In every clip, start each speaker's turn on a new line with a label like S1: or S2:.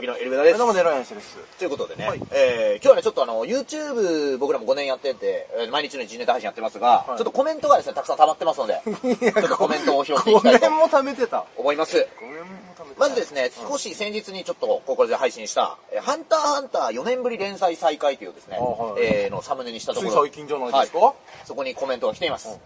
S1: ビのエルベダです。
S2: どうも、デロイアンシです。
S1: ということでね、
S2: はい
S1: えー、今日はね、ちょっとあの、YouTube 僕らも5年やってて、えー毎日の1ネタ配信やってますが、
S2: はい
S1: ちょっとコメントがですね、たくさん溜まってますの で、ちょっとコメントを拾っていきたい
S2: 5
S1: と
S2: 年も貯めてた。
S1: 思います。
S2: 5年も貯めてた。
S1: まずですね、少し先日にちょっと、ここで配信した、えーハンターハンター4年ぶり連載再開というですね、
S2: あはい
S1: えーのサムネにしたところ、
S2: つい最近じゃないですか
S1: はそこにコメントが来ています。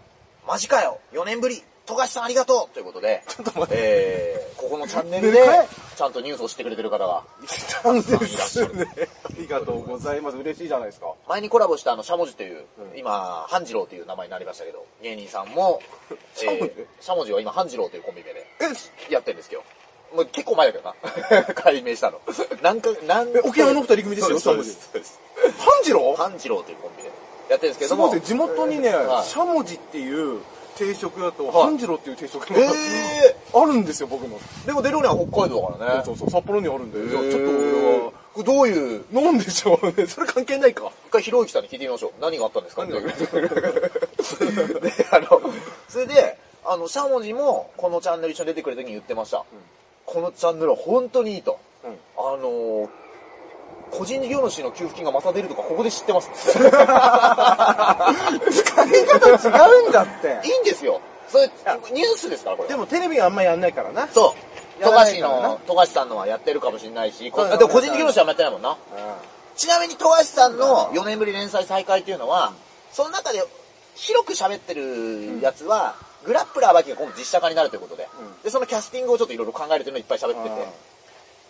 S1: マジかよ !4 年ぶり富樫さんありがとうということで、
S2: ちょっと待って
S1: えー、ここのチャンネルで
S2: でかい、
S1: ちゃんとニュースを知ってくれてる方が、
S2: 来たんですね。ありがとうございます。嬉しいじゃないですか。
S1: 前にコラボしたあの、しゃもじという、
S2: うん
S1: 今、半次郎という名前になりましたけど、芸人さんも、
S2: しゃもじ
S1: しゃもじは今、半次郎というコンビ名で
S2: え、
S1: やってるんですけど、もう結構前だけどな。 解明したの。何か、何
S2: え沖縄の二人組ですよ
S1: そうです。そうです
S2: 半次郎
S1: 半次郎というコンビでやってるんですけ
S2: す
S1: ど
S2: ごい
S1: も、
S2: ですね。地元にね、
S1: はい
S2: しゃもじっていう定食屋と、
S1: はい
S2: 半次郎っていう定食屋が
S1: え
S2: あるんですよ、僕の。
S1: ー、でも出るには北海道だからね。
S2: そうそう、札幌にあるんで。じゃあちょっと
S1: えー
S2: 俺は、
S1: これどういう、
S2: 飲んでしょうね。それ関係ないか。
S1: 一回ひろゆきさんに聞いてみましょう。何があったんですか
S2: 何があっ
S1: で、あの、それで、あの、しゃもじも、このチャンネル一緒に出てくれた時に言ってました。このチャンネルは本当にいいと。
S2: うん
S1: あのー個人事業主の給付金がまた出るとか、ここで知ってます。
S2: 使い方違うんだって
S1: いいんですよ。それ
S2: や、
S1: ニュースですから、これ。
S2: でもテレビはあんまやんないからな。
S1: そう。
S2: や
S1: 富
S2: らない
S1: 樫
S2: からな
S1: の、富樫さんのはやってるかもしれないし、こ
S2: そうそう
S1: あでも個人事業主はあんまやってないもんな。ちなみに富樫さんの4年ぶり連載再開っていうのは、その中で広く喋ってるやつは、グラップラーバキが今度実写化になるということで、
S2: うん
S1: で、そのキャスティングをちょっといろいろ考えるというのをいっぱい喋ってて
S2: うん、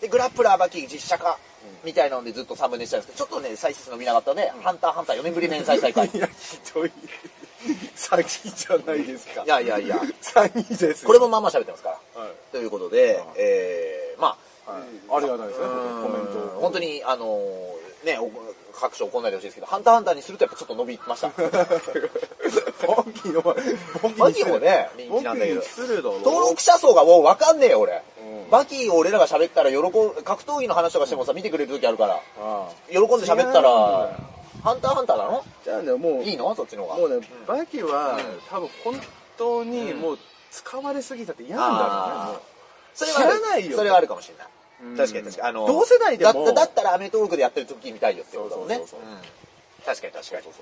S1: で、グラップラーバキ実写化みたいなのでずっとサムネしたんですけど、ちょっとね、再生数伸びなかったので、ハンターハンター4年ぶり連載再開。い
S2: いや、ひどい。詐欺じゃないですか。
S1: やいやいや、
S2: 詐欺ですよ。
S1: これもまあまあ喋ってますから。
S2: はい。
S1: ということで
S2: うん、
S1: えー、まあ、
S2: はい。ありがたいですね、コメントを。
S1: 本当に、あのーね、お各所怒んないでほしいですけど、ハンターハンターにするとやっぱちょっと伸びま した。
S2: ボギーの、
S1: バキもね、人
S2: ボ
S1: 気
S2: ギ
S1: なんだけ
S2: ー
S1: ど
S2: に。するだろ。
S1: 登録者層がもうわかんねえよ、俺。
S2: うん
S1: バキを俺らが喋ったら喜ぶ、格闘技の話とかしてもさ、見てくれる時あるから、
S2: ああ
S1: 喜んで喋ったら
S2: 違うんだよ、
S1: ハンターハンターなの
S2: じゃあね、もう、
S1: いいのそっちの方が。
S2: もうね、バキ
S1: う
S2: は、
S1: ん
S2: 多分本当にもう使われすぎたって嫌なんだろう
S1: あ
S2: ね
S1: ーそれはある
S2: 知らないよ
S1: それはあるかもしれない。
S2: うん
S1: 確かに確かに。あの、
S2: 同世代でも
S1: だだったらアメトーークでやってる時見たいよってことだもんね。
S2: そうそうそうそうん
S1: 確かに確かに。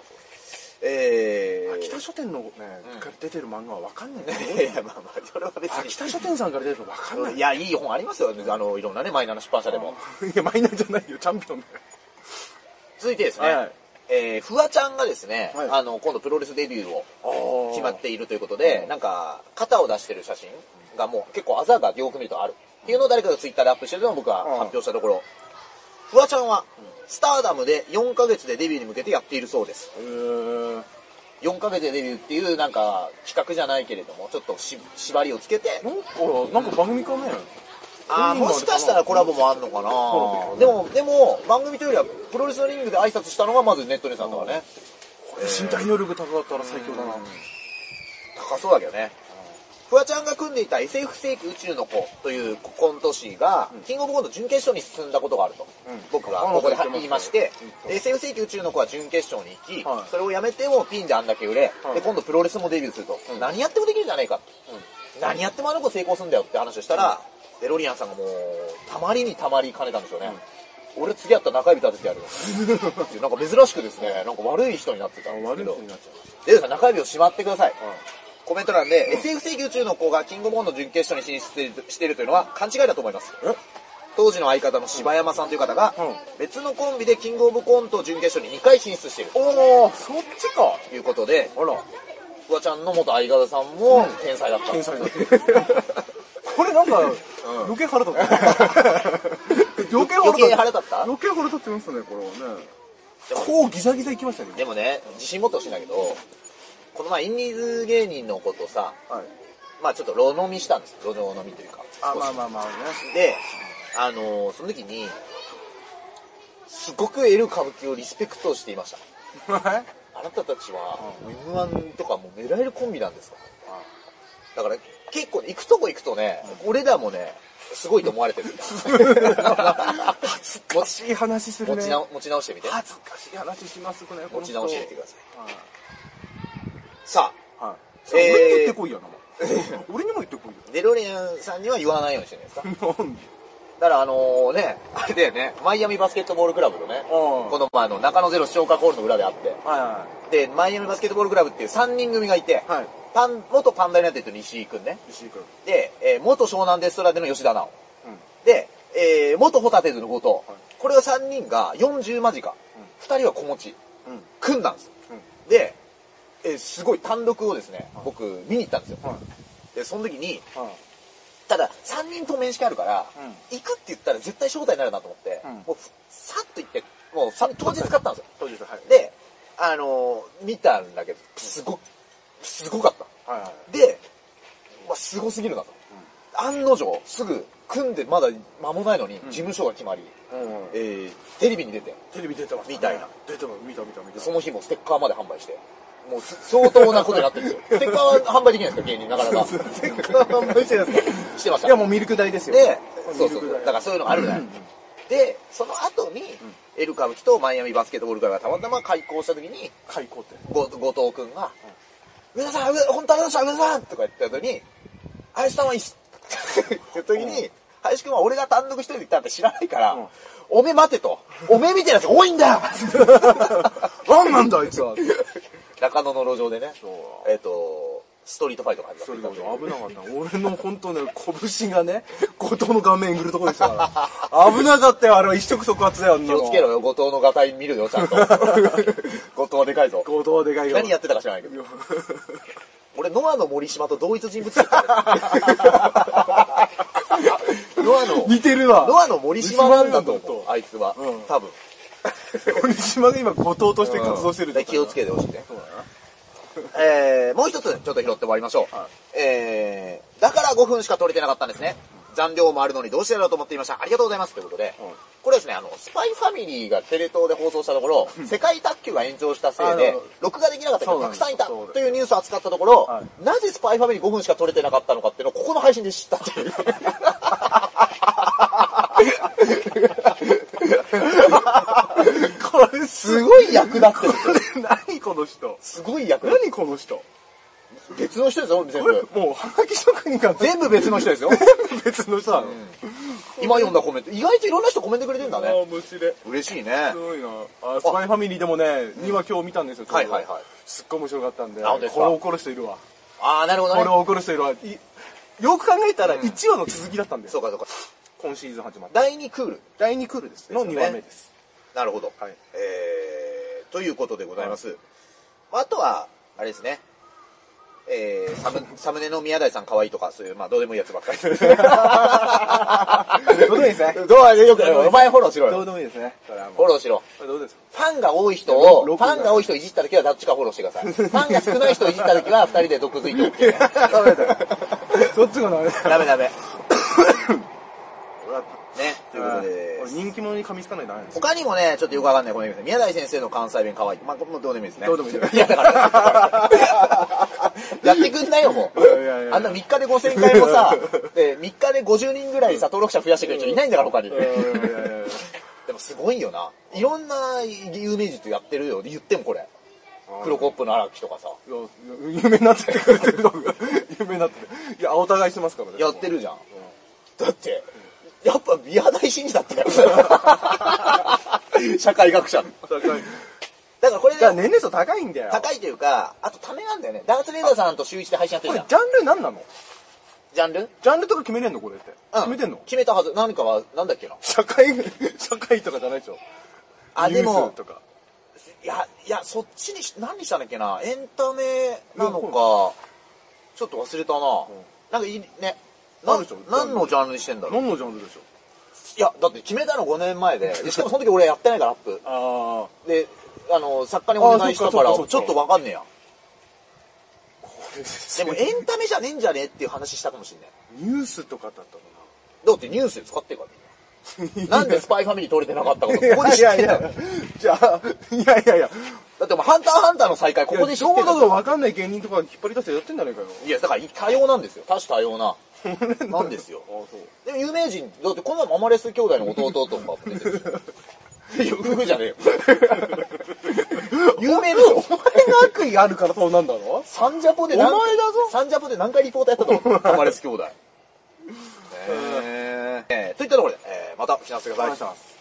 S1: え
S2: もう。
S1: ー。
S2: 秋田書店のね、
S1: うん
S2: から出てる漫画はわかんないんだ
S1: い
S2: よ
S1: やいや、まあまあ、それは別に
S2: 秋。田書店さんから出てるのわかんない
S1: いや、いい本ありますよ。あの、いろんなね、マイナーな出版社でも。
S2: いや、マイナーじゃないよ、チャンピオンだよ。
S1: 続いてですね、
S2: はい
S1: えー、フワちゃんがですね、
S2: はい
S1: あの、今度プロレスデビューを
S2: あ
S1: 決まっているということで
S2: う、ん
S1: なんか、肩を出してる写真がもう結構あざがよく見るとある。っていうのを誰かがツイッターでアップしてるのを僕が
S2: うん
S1: 発表したところ、フワちゃんは、スターダムで4ヶ月でデビューに向けてやっているそうです。
S2: えー、
S1: 4ヶ月でデビューっていう、なんか、企画じゃないけれども、ちょっとし縛りをつけて、
S2: なんか、なんか番組かね。
S1: あーもしかしたらコラボもあるのか
S2: そ
S1: な
S2: う
S1: でも、でも、番組というよりは、プロレスのリングで挨拶したのがまずネットニュースなんだからね。
S2: これ身体能力高かったら最強だな。
S1: 高そうだけどね。フワちゃんが組んでいた SF 世紀宇宙の子というコント師が、キングオブコント準決勝に進んだことがあると、
S2: うん
S1: 僕が
S2: あ
S1: ここで
S2: そう
S1: 言
S2: 言
S1: い
S2: って
S1: ま
S2: ま
S1: し
S2: してたね、
S1: で SF 世紀宇宙の子は準決勝に行き、
S2: はい
S1: それをやめてもピンであんだけ売れ、
S2: はい
S1: で今度プロレスもデビューすると、
S2: うん
S1: 何やってもできるじゃないか、何やってもあの子成功するんだよって話をしたら、デロリアンさんがもう、たまりにたまりかねたんでしょうね。俺次会ったら中指立ててや るよ。っていうなんか珍しくですね、なんか悪い人になってたんですけ
S2: 悪い
S1: ど。
S2: になっちゃいまし
S1: デルさん、中指をしまってください。
S2: た。
S1: コメント欄で、SF 世紀宇宙の子がキングボンド準決勝に進出しているしているというのは勘違いだと思います。
S2: え
S1: 当時の相方の柴山さんという方が、
S2: う
S1: 別のコンビでキングオブコント準決勝に2回進出している
S2: おー、そっちか。
S1: ということで、
S2: あら、
S1: フワちゃんの元相方さんも
S2: うん
S1: 天才だった。
S2: 天才だ。これなんか、余計腹立 って余計腹立
S1: 余計腹立った
S2: 余計腹立ってますね、これはね。こうギザギザいきましたね。
S1: でもね、自信持ってほしいんだけど、この前インディーズ芸人のことさ、
S2: はい。
S1: まあちょっと路飲みしたんですよ。路上飲みというか。少
S2: あ、
S1: し
S2: まあまあまあね。
S1: で、あのーその時に、すごく L 歌舞伎をリスペクトしていました。
S2: はい。
S1: あなたたちは、M1 とかもう狙えるコンビなんですかだから結構ね行くとこ行くとね、俺らもね、すごいと思われてる んだ。恥ず
S2: おかしい話す
S1: 持
S2: るね
S1: ち。直持ち直してみて。
S2: 恥ずかしい話しますね、こ
S1: 持
S2: の
S1: ち
S2: 人
S1: 直してみてください。さ
S2: はい。
S1: えー
S2: 俺にも 言ってこいよな。俺にも言ってこいよ。
S1: あ、デロリアンさんには言わないようにしてるんですか
S2: なんで
S1: だからあのね、あれだよね、マイアミバスケットボールクラブのね、
S2: うん
S1: この前の中野ゼロ消化コールの裏であって、
S2: はいは
S1: で、マイアミバスケットボールクラブっていう3人組がいて、
S2: はい
S1: パン元パンダになってる西井くんね。
S2: い。石井君。
S1: で、えー元湘南デストラーデの吉田直。
S2: うん。
S1: で、えー元ホタテズの後藤。
S2: はい
S1: これが3人が40間近、2人は子持ち、
S2: うん。
S1: 組んだんですよ。
S2: うん。
S1: で、えーすごい単独をですね、僕見に行ったんですよ。
S2: はい。
S1: で、その時に、
S2: はい。
S1: ただ3人と面識あるから、
S2: うん
S1: 行くって言ったら絶対招待になるなと思って、
S2: うん
S1: もうふさっと行って、もうさ当日買ったんですよ。
S2: 当日、はい。
S1: で、あのー見たんだけど、すご、すごかった。
S2: はいはい。
S1: で、まあ、すごすぎるなと。案の定、すぐ組んでまだ間もないのに、事務所が決まり、
S2: うん
S1: えーテレビに出て、
S2: テレビ出てます
S1: みたいな。
S2: 出てます。見た見た見た。
S1: その日もステッカーまで販売して、もうす相当なことになってるんです よ。ステッカーは販売できないんですか、芸人なかなか。
S2: せっかく販売してないですか
S1: してました。
S2: いやもうミルク代ですよ。
S1: で、
S2: ミ
S1: そう
S2: ル
S1: そう
S2: ク
S1: そう。だ
S2: 代。
S1: からそういうのがあるじゃない。
S2: うん
S1: で、その後に、エル歌舞伎とマイアミバスケットボール会がたまたま開校した時に、
S2: 開口って。
S1: ご後藤くんが、上田さん、上本当ありがとうございました、上田さんとか言った後に、林さんはいいっす。って言った時に、林くんは俺が単独一人で行ったって知らないから、
S2: うん
S1: おめえ待てと。おめえみたいなやつ多いんだよ
S2: ワンなんだあいつは。
S1: 中野の路上でね
S2: そう、
S1: えっ、と、ストリートファイトが始まって
S2: そ
S1: い
S2: れ
S1: た
S2: が
S1: と
S2: 危
S1: いう
S2: なかった。俺の本当ね、拳がね、後藤の顔面えぐるとこでしたから。危なかったよ、あれは一触即発だよ、あんな
S1: 気
S2: の
S1: をつけろよ、後藤のガタイ見るよ、 ちゃんと。後藤はでかいぞ。
S2: 後藤はでかいよ。
S1: 何やってたか知らないけど。俺、ノアの森島と同一人物だ った。ノアの、
S2: 似てるわ。
S1: ノアの森島なんだと
S2: 森島
S1: 思う、
S2: なん
S1: あいつは。
S2: うん
S1: 多分。
S2: 森島が今、後藤として活動してる
S1: で気をつ
S2: け
S1: けてほしいね。
S2: そうだな。
S1: えー、もう一つ、ちょっと拾って終わりましょう。
S2: は
S1: えー、だから5分しか取れてなかったんですね。残量もあるのにどうしてだろうと思っていました。ありがとうございます。ということで、
S2: うん
S1: これですね、あの、スパイファミリーがテレ東で放送したところ、世界卓球が延長したせい
S2: あ
S1: で
S2: の、
S1: 録画できなかった人
S2: そう
S1: が
S2: なん
S1: たく
S2: で
S1: さんい
S2: す
S1: た
S2: そうです
S1: というニュースを扱ったところ、
S2: は
S1: なぜスパイファミリー5分しか取れてなかったのかっていうのをここの配信で知ったって いう。
S2: これす
S1: す
S2: ご
S1: ごい役立ってる。
S2: い。何この人。
S1: すごい役立って
S2: 何この人。
S1: る。別の人ですよ、全
S2: これ
S1: 部。
S2: もう、はがき職人が
S1: 全部別の人ですよ。
S2: 別の人なの。
S1: 今読んだコメント。意外といろんな人コメントくれてるんだ
S2: あ
S1: ね。
S2: あ、虫で。
S1: 嬉しいね
S2: す。ごいな。あ、スパイファミリーでもね、2話今日見たんですよ、ちょうど
S1: はいはいはい。
S2: すっごい面白かったんで、
S1: あ
S2: こ
S1: 本当
S2: れ
S1: ですか
S2: 怒る人いるわ。
S1: ああ、なるほど
S2: こ
S1: ね
S2: れ。怒る人いるわ。いよく考えたら
S1: うん
S2: 1話の続きだったんです
S1: そ
S2: よ。
S1: うかそうか。
S2: 今シーズン始まった。
S1: 第2クール。
S2: 第2クールです
S1: よ
S2: の
S1: ね
S2: 2話目です。
S1: なるほど。
S2: はい
S1: えー、ということでございます。あとは、あれですね。えー、サム、サムネの宮台さん可愛いとか、そういう、まあ、どうでもいいやつばっかり。どう
S2: どうでもい いですね。
S1: でよくないお前フォローしろ
S2: どう
S1: よ。
S2: でもいいですね。それは
S1: フォ
S2: もう
S1: ローしろ。
S2: どうですか
S1: ファンが多い人を、フ
S2: ろくな
S1: ァンが多い人をいじった時はどっちかフォローしてください。ファンが少ない人をいじった時は、二人で毒づいておく。
S2: ダメだよ。そっちがダメだよ。
S1: ダメダメ。ね、 ということで
S2: 俺。人気者に噛みつかないとダメなんですよ。
S1: 他にもね、ちょっとよくわかんないコメントです宮台先生の関西弁可愛い。まあ、これもどうでもいいですね。
S2: どうでもいいです
S1: いや、だから。 やってくんないよ、もう。
S2: いやいや
S1: あんな3日で5000回もさ、 で、3日で50人ぐらいさ、登録者増やしてくれる人いないんだから、他に。
S2: うんいやいやいや
S1: でもすごいよな。いろんな有名人とやってるよ。言ってもこれ。黒コップの荒木とかさ。
S2: いやいや有名になっててくれてるのが 有名になってていやお互いしてますからね
S1: やってるじゃん。だって、やっぱ宮台真司だ ったよ。社会学者。
S2: 高いだ
S1: だからこれね
S2: から年齢層高いんだよ
S1: 高いというか、あとためなんだよね。ダースレーダーさんと週一で配信やって
S2: こ
S1: る
S2: れ
S1: じ
S2: ジ
S1: ゃん。
S2: ャンル何なの
S1: ジャンルうん。
S2: ジャンルとか決めれんのこれって決めてんの
S1: 決めたはず。何かは、なんだっけな。
S2: 社会社会とかじゃないでしょ
S1: あ、
S2: ニ
S1: で
S2: ュー
S1: も
S2: ス、とか
S1: いや、いや、そっちにし、何にしたんだっけな。エンタメなの
S2: うん
S1: か、ちょっと忘れた
S2: ん
S1: な。なんかいい、ね。な
S2: あるでしょ
S1: 何のジャンルにしてんだろう。
S2: 何のジャンルでしょ
S1: いや、だって決めたの5年前で、しかもその時俺やってないから、アップ。
S2: ああ
S1: で、あの、作家にお願いしたから、
S2: あ
S1: ち
S2: そ
S1: ょ
S2: っかそっかそっか
S1: っとわかんねえや。で
S2: で
S1: もエンタメじゃねえんじゃねえっていう話したかもしんない。
S2: ニュースとかだったか
S1: だってニュースで使ってるからみんな。なんでスパイファミリー取れてなかったか、
S2: な
S1: ここで知ってんだよ。
S2: じゃあいやいやいや
S1: だってもうハンターハンターの再開、こ
S2: こ
S1: こ
S2: こ
S1: で
S2: で
S1: 知
S2: ち
S1: って
S2: ょ
S1: る
S2: うん
S1: だ
S2: ど
S1: よ
S2: わかんない芸人とか引っ張り出してやってんじゃねえかよ
S1: いや、だから多様なんですよ。多種多様な。なんですよ
S2: あ。あ そう
S1: でも有名人、だってこの前ママレス兄弟の弟とかも出てるしいや夫婦じゃねえ よ。有名の
S2: お前が悪意あるからそうなんだろ
S1: サンジャポで何
S2: お前だぞ
S1: サンジャポで何回リポートやったと思うママレス兄弟。ねえ
S2: ね。
S1: えーといったところで、えーまたお聞きなさいください。
S2: お願いします